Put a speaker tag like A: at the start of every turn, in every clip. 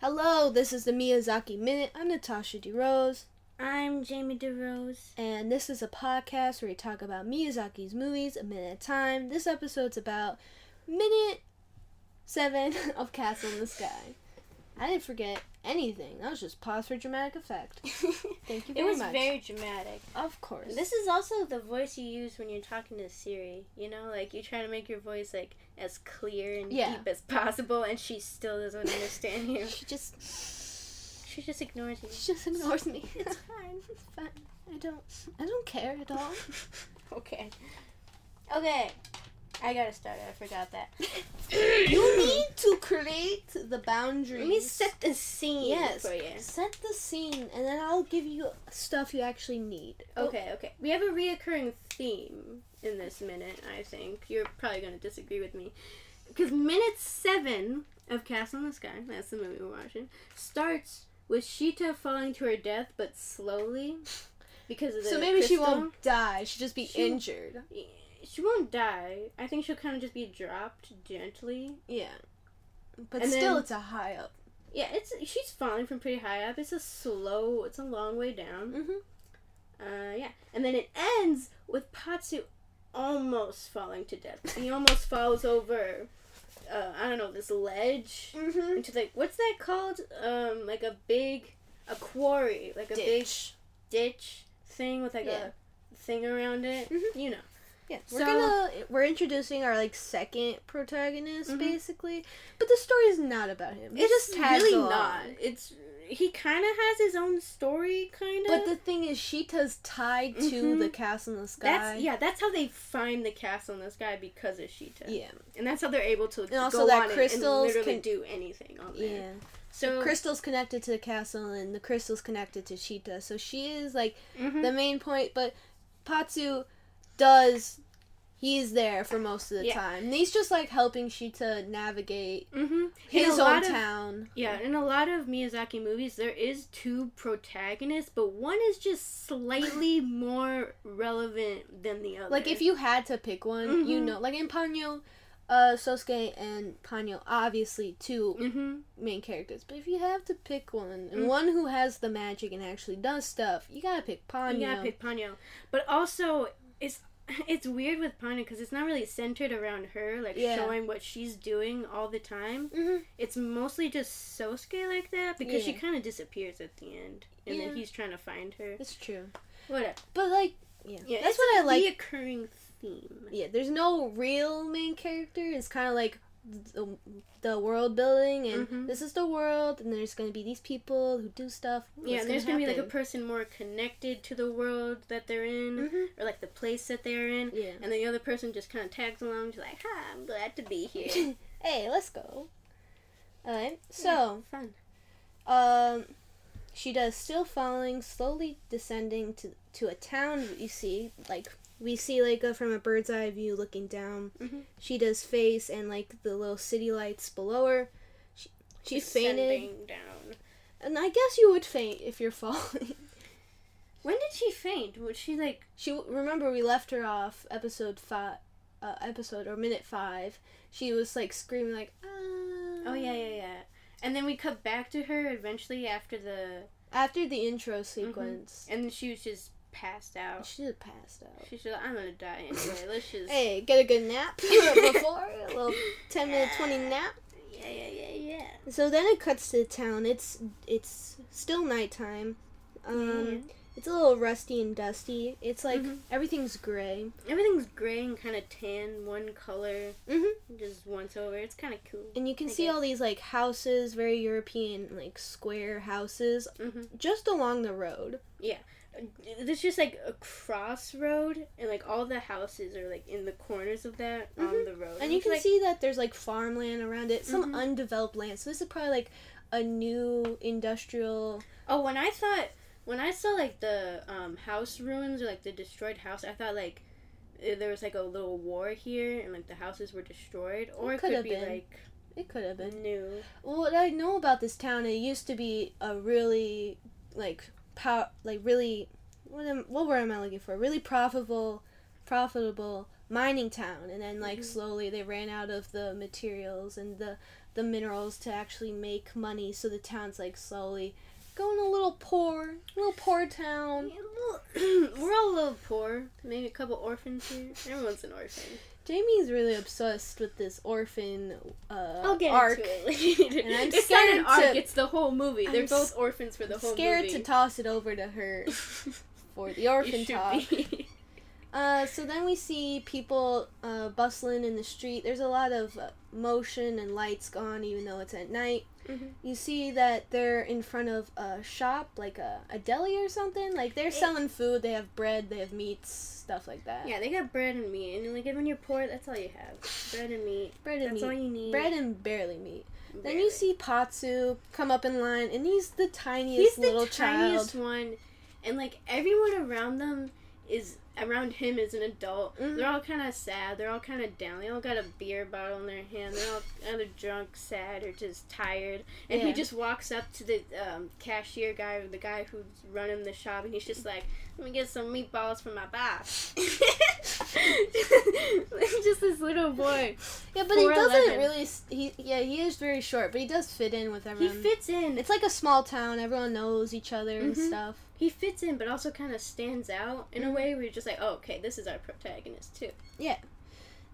A: Hello, this is the Miyazaki Minute. I'm Natasha DeRose,
B: I'm Jamie DeRose.
A: and this is a podcast where we talk about Miyazaki's movies a minute at a time. This episode's about minute seven of Castle in the Sky. I didn't forget anything. That was just pause for dramatic effect. Thank you
B: it
A: very
B: was
A: much.
B: very dramatic.
A: Of course.
B: This is also the voice you use when you're talking to Siri. You know, like you try to make your voice like as clear and
A: Yeah.
B: deep as possible, and she still doesn't understand you.
A: she just
B: She just ignores you.
A: she just ignores me.
B: It's fine.
A: It's fine. I don't I don't care at all.
B: Okay. Okay. I gotta start. I forgot that.
A: you need to create the boundaries.
B: Let me set the scene
A: Yes.
B: for you.
A: Set the scene, and then I'll give you stuff you actually need.
B: Okay, okay. We have a reoccurring theme in this minute, I think. You're probably going to disagree with me. Because minute seven of Castle in the Sky, that's the movie we're watching, starts with Sheeta falling to her death, but slowly because of the
A: So maybe she
B: crystal.
A: won't die. She'll just be
B: She-
A: injured.
B: She won't die. I think she'll kind of just be dropped gently.
A: Yeah. But
B: And
A: still,
B: then-
A: it's a high up.
B: Yeah, it's she's falling from pretty high up. It's a slow. It's a long way down.
A: Mm-hmm.
B: Uh, yeah. And then it ends with Patsu almost falling to death. He almost falls over, uh, I don't know, this ledge.
A: Mm-hmm.
B: Into like, what's that called? Um, like a big, a quarry, like a
A: Ditch.
B: big ditch thing with like
A: Yeah.
B: a thing around it.
A: Mhm.
B: You know.
A: Yeah, we're
B: So-
A: gonna we're introducing our like second protagonist
B: Mhm.
A: basically, but the story is not about him. He just tags
B: really
A: along.
B: not. It's he kind of has his own story, kind of.
A: But the thing is, Sheeta's tied to
B: Mhm.
A: the castle in the sky.
B: that's yeah. That's how they find the castle in the sky because of Sheeta.
A: yeah,
B: and that's how they're able to go
A: also that
B: on it
A: crystals
B: and literally
A: can-
B: do anything on there.
A: yeah.
B: So
A: crystal's connected to the castle and the crystal's connected to Sheeta. So she is like
B: mhm.
A: the main point, but Patsu does he's there for most of the
B: Yeah.
A: time. And he's just like helping Sheeta navigate
B: Mhm. In
A: his
B: a lot
A: own
B: of-
A: town.
B: Yeah, in a lot of Miyazaki movies, there is two protagonists, but one is just slightly more relevant than the other.
A: Like if you had to pick one, you
B: Mhm.
A: know, like in Ponyo uh, Sosuke and Ponyo, obviously two
B: hmm
A: main characters. But if you have to pick one, and
B: Mm.
A: one who has the magic and actually does stuff, you gotta pick Ponyo.
B: you gotta pick Ponyo, but also it's it's weird with Ponyo because it's not really centered around her, like
A: Yeah.
B: showing what she's doing all the time.
A: Mhm.
B: It's mostly just Sosuke like that because she
A: Yeah.
B: kind of disappears at the end, and
A: Yeah.
B: then he's trying to find her.
A: It's true,
B: Whatever.
A: but like, yeah,
B: Yeah,
A: that's
B: it's
A: what I like
B: Reoccurring theme.
A: yeah there's no real main character it's kind of like the, the world building and
B: Mhm.
A: this is the world and there's gonna be these people who do stuff
B: Yeah, and there's gonna be like a person more connected to the world that they're in,
A: Mhm.
B: or like the place that they're in,
A: yeah
B: and the other person just kind of tags along, just like, "Hi, I'm glad to be here."
A: hey let's go alright so
B: fun.
A: um she does still falling slowly descending to to a town you see like we see like a, from a bird's eye view looking down
B: Mhm.
A: she does face and like the little city lights below her she, she fainted
B: Descending down.
A: And I guess you would faint if you're falling.
B: When did she faint? Was she like?
A: She remember we left her off episode five, uh, episode or minute five. She was like screaming like, ah.
B: Oh yeah, yeah, yeah. And then we cut back to her eventually after the,
A: After the intro
B: Mm-hmm.
A: sequence,
B: and she was just passed out.
A: she just passed out.
B: She's like, "I'm gonna die anyway. Let's just."
A: Hey, get a good nap before a little ten minute twenty nap.
B: Yeah, yeah, yeah, yeah.
A: So then it cuts to the town. It's it's still nighttime. Um, it's a little rusty and dusty. It's like
B: Mhm.
A: everything's gray.
B: Everything's gray and kind of tan, one color,
A: Mm-hmm.
B: just once over. It's kind of cool.
A: and you can
B: I
A: see
B: guess.
A: all these like houses, very European like square houses,
B: hmm
A: just along the road.
B: Uh, There's just like a crossroad, and like all the houses are like in the corners of that
A: Mhm.
B: on the road.
A: And you
B: It's,
A: can
B: like,
A: see that there's like farmland around it, some
B: Mhm.
A: undeveloped land. So this is probably like a new industrial.
B: Oh, when I thought when I saw like the um, house ruins or like the destroyed house, I thought like eh, there was like a little war here, and like the houses were destroyed, or
A: It
B: it,
A: could
B: could,
A: have
B: be
A: been.
B: like
A: It could have been.
B: new.
A: Well, what I know about this town, it used to be a really like power, like really what am what word am I looking for? Really profitable, profitable mining town, and then like
B: Mhm.
A: slowly they ran out of the materials and the the minerals to actually make money. So the town's like slowly going a little poor, a little poor town.
B: We're all a little poor. Maybe a couple orphans here. Everyone's an orphan.
A: Jamie's really obsessed with this orphan uh,
B: I'll get
A: arc.
B: into it later.
A: And I'm
B: it's not an
A: scared
B: arc,
A: to-
B: it's the whole movie.
A: I'm
B: They're both
A: s-
B: orphans for the whole
A: Scared
B: movie.
A: to toss it over to her for the orphan talk. Uh, so then we see people uh, bustling in the street. There's a lot of uh, motion and lights gone, even though it's at night.
B: Mhm.
A: You see that they're in front of a shop, like a, a deli or something. Like they're selling food. They have bread. They have meats, stuff like that.
B: Yeah, they got bread and meat, and like when you're poor, that's all you have. Bread and meat.
A: bread and
B: That's all
A: meat.
B: you need.
A: Bread and barely meat. Then
B: Barely.
A: you see Patsu come up in line, and he's the tiniest
B: he's
A: little
B: the tiniest
A: child.
B: one, and like everyone around them is around him is an adult.
A: Mhm.
B: They're all kind of sad. They're all kind of down. They all got a beer bottle in their hand. They're all either drunk, sad, or just tired. And he
A: Yeah.
B: just walks up to the um, cashier guy, or the guy who's running the shop, and he's just like, "Let me get some meatballs for my boss." just this little boy.
A: Yeah, but he
B: 4'11.
A: doesn't really. s- He yeah, he is very short, but he does fit in with
B: He
A: everyone.
B: fits in.
A: It's like a small town. Everyone knows each other and
B: Mhm.
A: stuff.
B: He fits in, but also kind of stands out in a
A: Mhm.
B: way where you're just like, "Oh, okay, this is our protagonist too."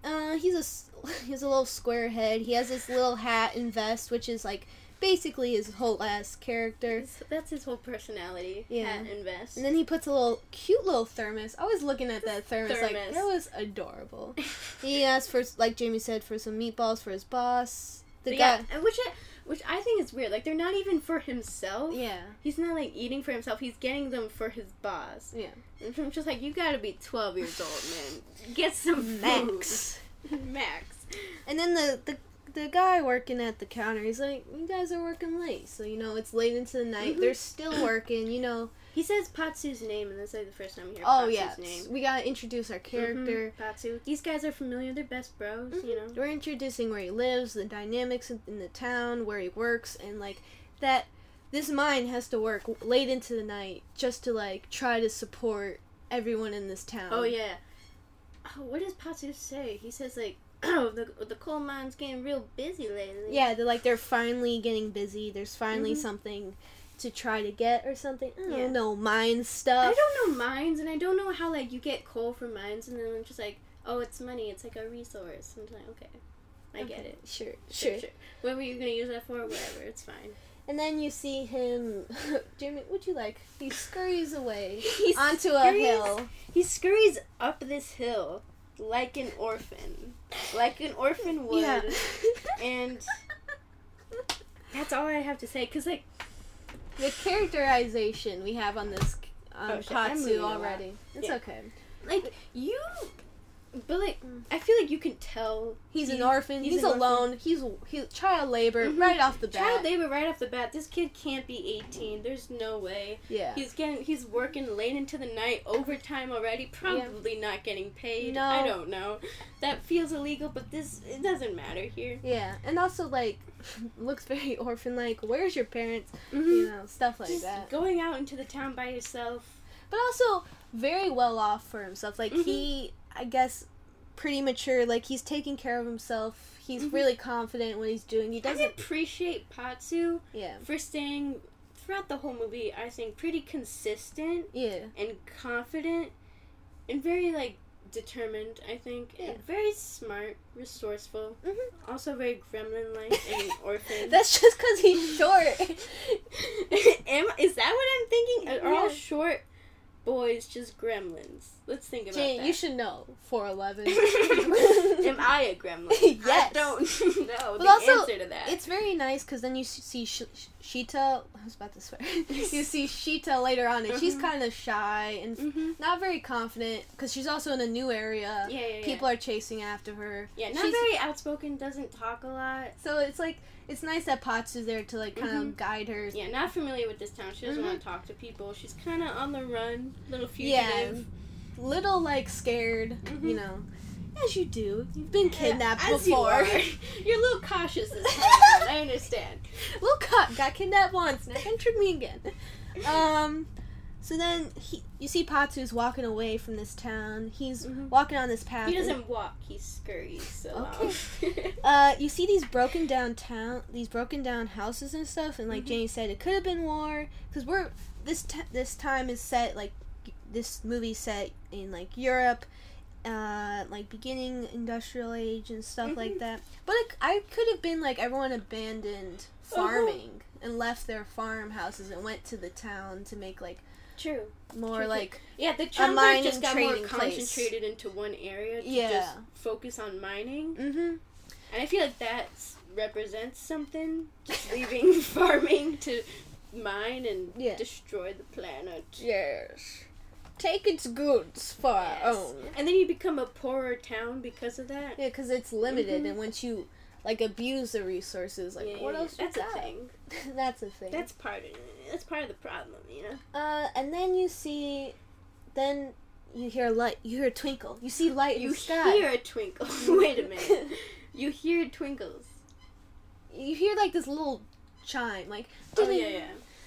A: Uh, he's a s- he's a little square head. He has this little hat and vest, which is like basically his whole ass character.
B: It's- that's his whole personality.
A: Yeah.
B: Hat and vest.
A: And then he puts a little cute little thermos. I was looking at that thermos, like
B: Thermos.
A: that was adorable. he uh, asked for like Jamie said for some meatballs for his boss. The
B: But
A: guy,
B: yeah, and which I, which I think is weird. Like they're not even for himself.
A: yeah,
B: He's not like eating for himself. He's getting them for his boss.
A: Yeah.
B: And I'm just like, you gotta be 12 years old, man. Get some
A: Max.
B: food." Max.
A: And then the the the guy working at the counter, he's like, "You guys are working late, so you know it's late into the night.
B: Mhm.
A: They're still working, you know."
B: He says Patsu's name, and that's like the first time I hear
A: Oh
B: Patsu's
A: yeah,
B: name.
A: we gotta introduce our character. Mm-hmm.
B: Mhm, Patsu. These guys are familiar. They're best bros. You know.
A: We're introducing where he lives, the dynamics in in the town, where he works, and like that. This mine has to work late into the night just to like try to support everyone in this town.
B: Oh yeah. Oh, what does Patsu say? He says like, "Oh, the the coal mine's getting real busy lately."
A: yeah. They're like they're finally getting busy. There's finally
B: Mhm.
A: something to try to get or something. I don't
B: Yeah.
A: know mine stuff.
B: I don't know mines, and I don't know how like you get coal from mines, and then I'm just like, oh, it's money. It's like a resource. I'm just like, okay, I get
A: Okay,
B: it.
A: Sure,
B: Sure.
A: sure.
B: sure. What were you gonna use that for? Whatever. It's fine.
A: And then you see him, Jimmy. Would you like? He scurries away
B: He
A: onto a
B: scurries-
A: hill.
B: He scurries up this hill like an orphan, like an orphan would.
A: Yeah.
B: and that's all I have to say. Cause like,
A: the characterization we have on this um,
B: Oh, shit, I'm moving
A: Patsu
B: a lot.
A: already. It's
B: Yeah.
A: okay.
B: like you, but like, I feel like you can tell
A: He's
B: He-
A: an orphan.
B: he's
A: He's,
B: an orphan.
A: alone. He's he's child labor
B: Mhm.
A: right off the bat.
B: child labor right off the bat. This kid can't be 18. There's no way.
A: yeah.
B: He's getting he's working late into the night, overtime already, probably not getting paid.
A: No.
B: I don't know. That feels illegal, but this it doesn't matter here.
A: yeah, and also like looks very orphan like. Where's your parents? You know, stuff like
B: Mm-hmm. Just
A: that.
B: going out into the town by yourself.
A: but also very well off for himself. Like
B: Mhm.
A: he, I guess, pretty mature. Like he's taking care of himself. He's
B: Mhm.
A: really confident in what he's doing. He
B: I
A: doesn't.
B: appreciate Patsu
A: Yeah,
B: for staying throughout the whole movie, I think, pretty consistent
A: yeah,
B: and confident and very like determined, I think.
A: Yeah.
B: And very smart, resourceful.
A: Mhm.
B: Also very gremlin like and orphan.
A: That's just because he's short.
B: Am, is that what I'm thinking? Are all
A: Yeah.
B: short boys just gremlins? Let's think about
A: Jane,
B: that.
A: you should know four eleven.
B: Am I a gremlin? I
A: Yes.
B: don't know
A: But
B: the
A: also,
B: answer to that.
A: It's very nice because then you s- see Sh- Sh- Shita. I was about to swear. you see Shita later on, and she's
B: Mhm.
A: kind of shy and
B: hmm
A: not very confident because she's also in a new area.
B: Yeah, yeah, yeah.
A: People are chasing after her.
B: yeah, not
A: she's-
B: very outspoken. Doesn't talk a lot.
A: So it's like it's nice that Potts is there to like kind
B: Mhm.
A: of guide her.
B: Yeah, not familiar with this town. She doesn't
A: Mhm.
B: want to talk to people. She's kind of on the run, little
A: Yeah,
B: fugitive.
A: Little like scared,
B: Mhm.
A: you know, as you do. You've been kidnapped
B: As you
A: before.
B: are. You're a little cautious this time. I understand.
A: Little cop got kidnapped once, now entered me again. Um, So then he, you see Patsu's walking away from this town. He's
B: Mhm.
A: walking on this path.
B: He
A: and-
B: doesn't walk, he scurries along.
A: Uh, you see these broken down town, these broken down houses and stuff, and like
B: Mhm.
A: Jenny said, it could have been war because we're this t- this time is set like this movie set in like Europe, uh, like beginning industrial age and stuff like
B: Mhm.
A: that. But it, I could have been like everyone abandoned farming and left their farmhouses and went to the town to make like
B: True.
A: more
B: True,
A: like
B: Yeah, the Chumba
A: mining
B: just got more
A: trading place.
B: concentrated into one area to
A: Yeah.
B: just focus on mining.
A: mm-hmm.
B: And I feel like that s- represents something. Just leaving farming to mine and
A: Yeah.
B: destroy the planet.
A: yes, take its goods for
B: Yes. And then you become a poorer town because of that.
A: Yeah, because it's limited,
B: Mhm.
A: and once you like abuse the resources, like
B: Yeah,
A: what
B: yeah,
A: else?
B: That's
A: you
B: a
A: got?
B: thing.
A: that's a thing.
B: That's part of that's part of the problem, you know.
A: uh, and then you see, then you hear light. You hear a twinkle. You see light in
B: You
A: the sky.
B: hear a twinkle. Wait a minute. You hear twinkles.
A: you hear like this little chime, like.
B: Oh yeah, yeah.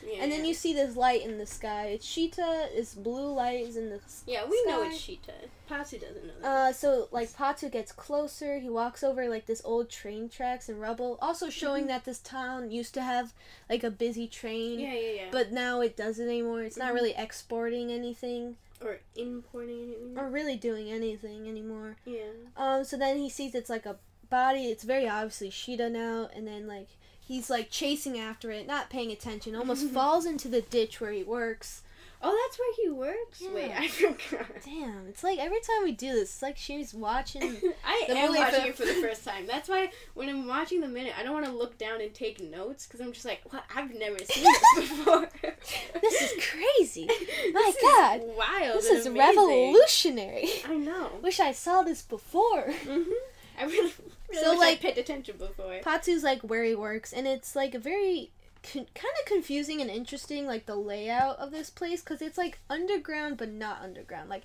B: yeah
A: And then
B: yeah.
A: you see this light in the sky. It's Shita. It's blue light is in the. s-
B: Yeah, we know
A: sky.
B: it's Sheeta. Patsy doesn't know that.
A: Uh, so like Patu gets closer. He walks over like this old train tracks and rubble, also showing
B: Mm-hmm.
A: that this town used to have like a busy train.
B: yeah, yeah, yeah.
A: but now it doesn't anymore. It's not
B: Mhm.
A: really exporting anything
B: or importing anything.
A: or really doing anything anymore.
B: yeah.
A: Um, so then he sees it's like a body. It's very obviously Shida now, and then like he's like chasing after it, not paying attention. Almost falls into the ditch where he works.
B: Oh, that's where he works. Wait,
A: Yeah.
B: I forgot.
A: Damn, it's like every time we do this, it's like she's watching.
B: I
A: The
B: am
A: movie
B: watching
A: for-
B: it for the first time. That's why when I'm watching the minute, I don't want to look down and take notes because I'm just like, what? I've never seen this before.
A: this is crazy.
B: My
A: God.
B: wild.
A: This
B: and
A: is
B: amazing.
A: revolutionary.
B: I know.
A: Wish I saw this before.
B: Mm-hmm. I really, really
A: So,
B: wish
A: like-
B: I paid attention before.
A: Patsu's like where he works, and it's like a very con- kind of confusing and interesting, like the layout of this place, because it's like underground but not underground. Like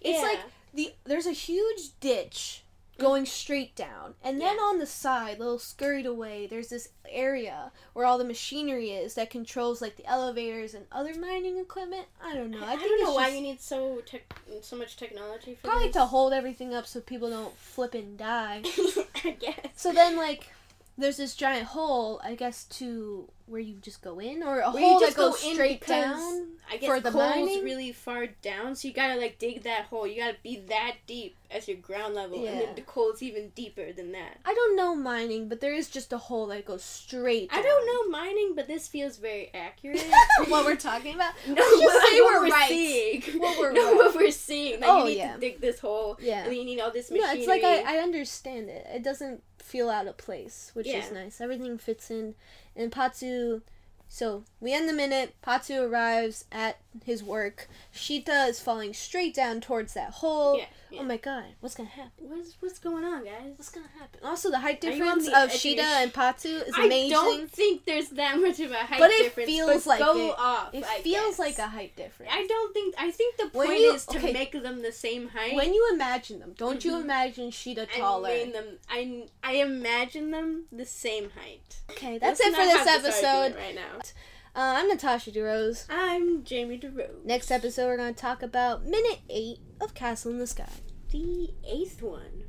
A: it's
B: Yeah.
A: like the there's a huge ditch going straight down, and then
B: Yeah.
A: on the side, little scurried away, there's this area where all the machinery is that controls like the elevators and other mining equipment. I don't know. I,
B: I,
A: think
B: don't know
A: it's
B: why
A: just
B: you need so tech, so much technology for
A: probably
B: this.
A: to hold everything up so people don't flip and die.
B: I guess.
A: So then, like, there's this giant hole, I guess, to where you just go in, or a
B: Where you
A: hole that
B: just go
A: goes
B: in
A: straight
B: because
A: down.
B: I guess
A: for the
B: coal's
A: mining?
B: really far down, so you gotta like dig that hole. You gotta be that deep as your ground level, and
A: Yeah.
B: then the coal's even deeper than that.
A: I don't know mining, but there is just a hole that goes straight.
B: I
A: down.
B: don't know mining, but this feels very accurate.
A: what we're talking about.
B: no,
A: Let's just
B: what,
A: say
B: what
A: we're
B: we're
A: right.
B: seeing.
A: What we're
B: no,
A: right.
B: what we're seeing. Like
A: Oh,
B: you need
A: yeah.
B: to dig this hole,
A: Yeah.
B: and then you need all this
A: No,
B: machinery.
A: it's like I, I understand it. It doesn't feel out of place, which is
B: Yeah.
A: nice. Everything fits in. And Patsu. So we end the minute. Patsu arrives at his work. Shita is falling straight down towards that hole.
B: Yeah, yeah.
A: Oh my god, what's gonna happen?
B: what's what's going on, guys?
A: What's gonna happen? Also, the height
B: Are you
A: difference
B: on the
A: of
B: edge of
A: Shida
B: your sh-
A: and Patsu is
B: I
A: amazing.
B: don't think there's that much of a height
A: But it
B: difference.
A: feels
B: but
A: like
B: go
A: it.
B: off.
A: It
B: I
A: feels
B: guess.
A: like a height difference.
B: I don't think. I think the
A: When
B: point
A: you-
B: is to
A: okay.
B: make them the same height.
A: when you imagine them, don't you
B: Mhm.
A: imagine Shida taller?
B: I mean them. I I imagine them the same height.
A: okay, that's
B: Let's
A: it for
B: not
A: this
B: have argument
A: episode.
B: right now.
A: Uh, I'm Natasha DeRose.
B: I'm Jamie DeRose.
A: Next episode, we're going to talk about minute eight of Castle in the Sky.
B: the eighth one.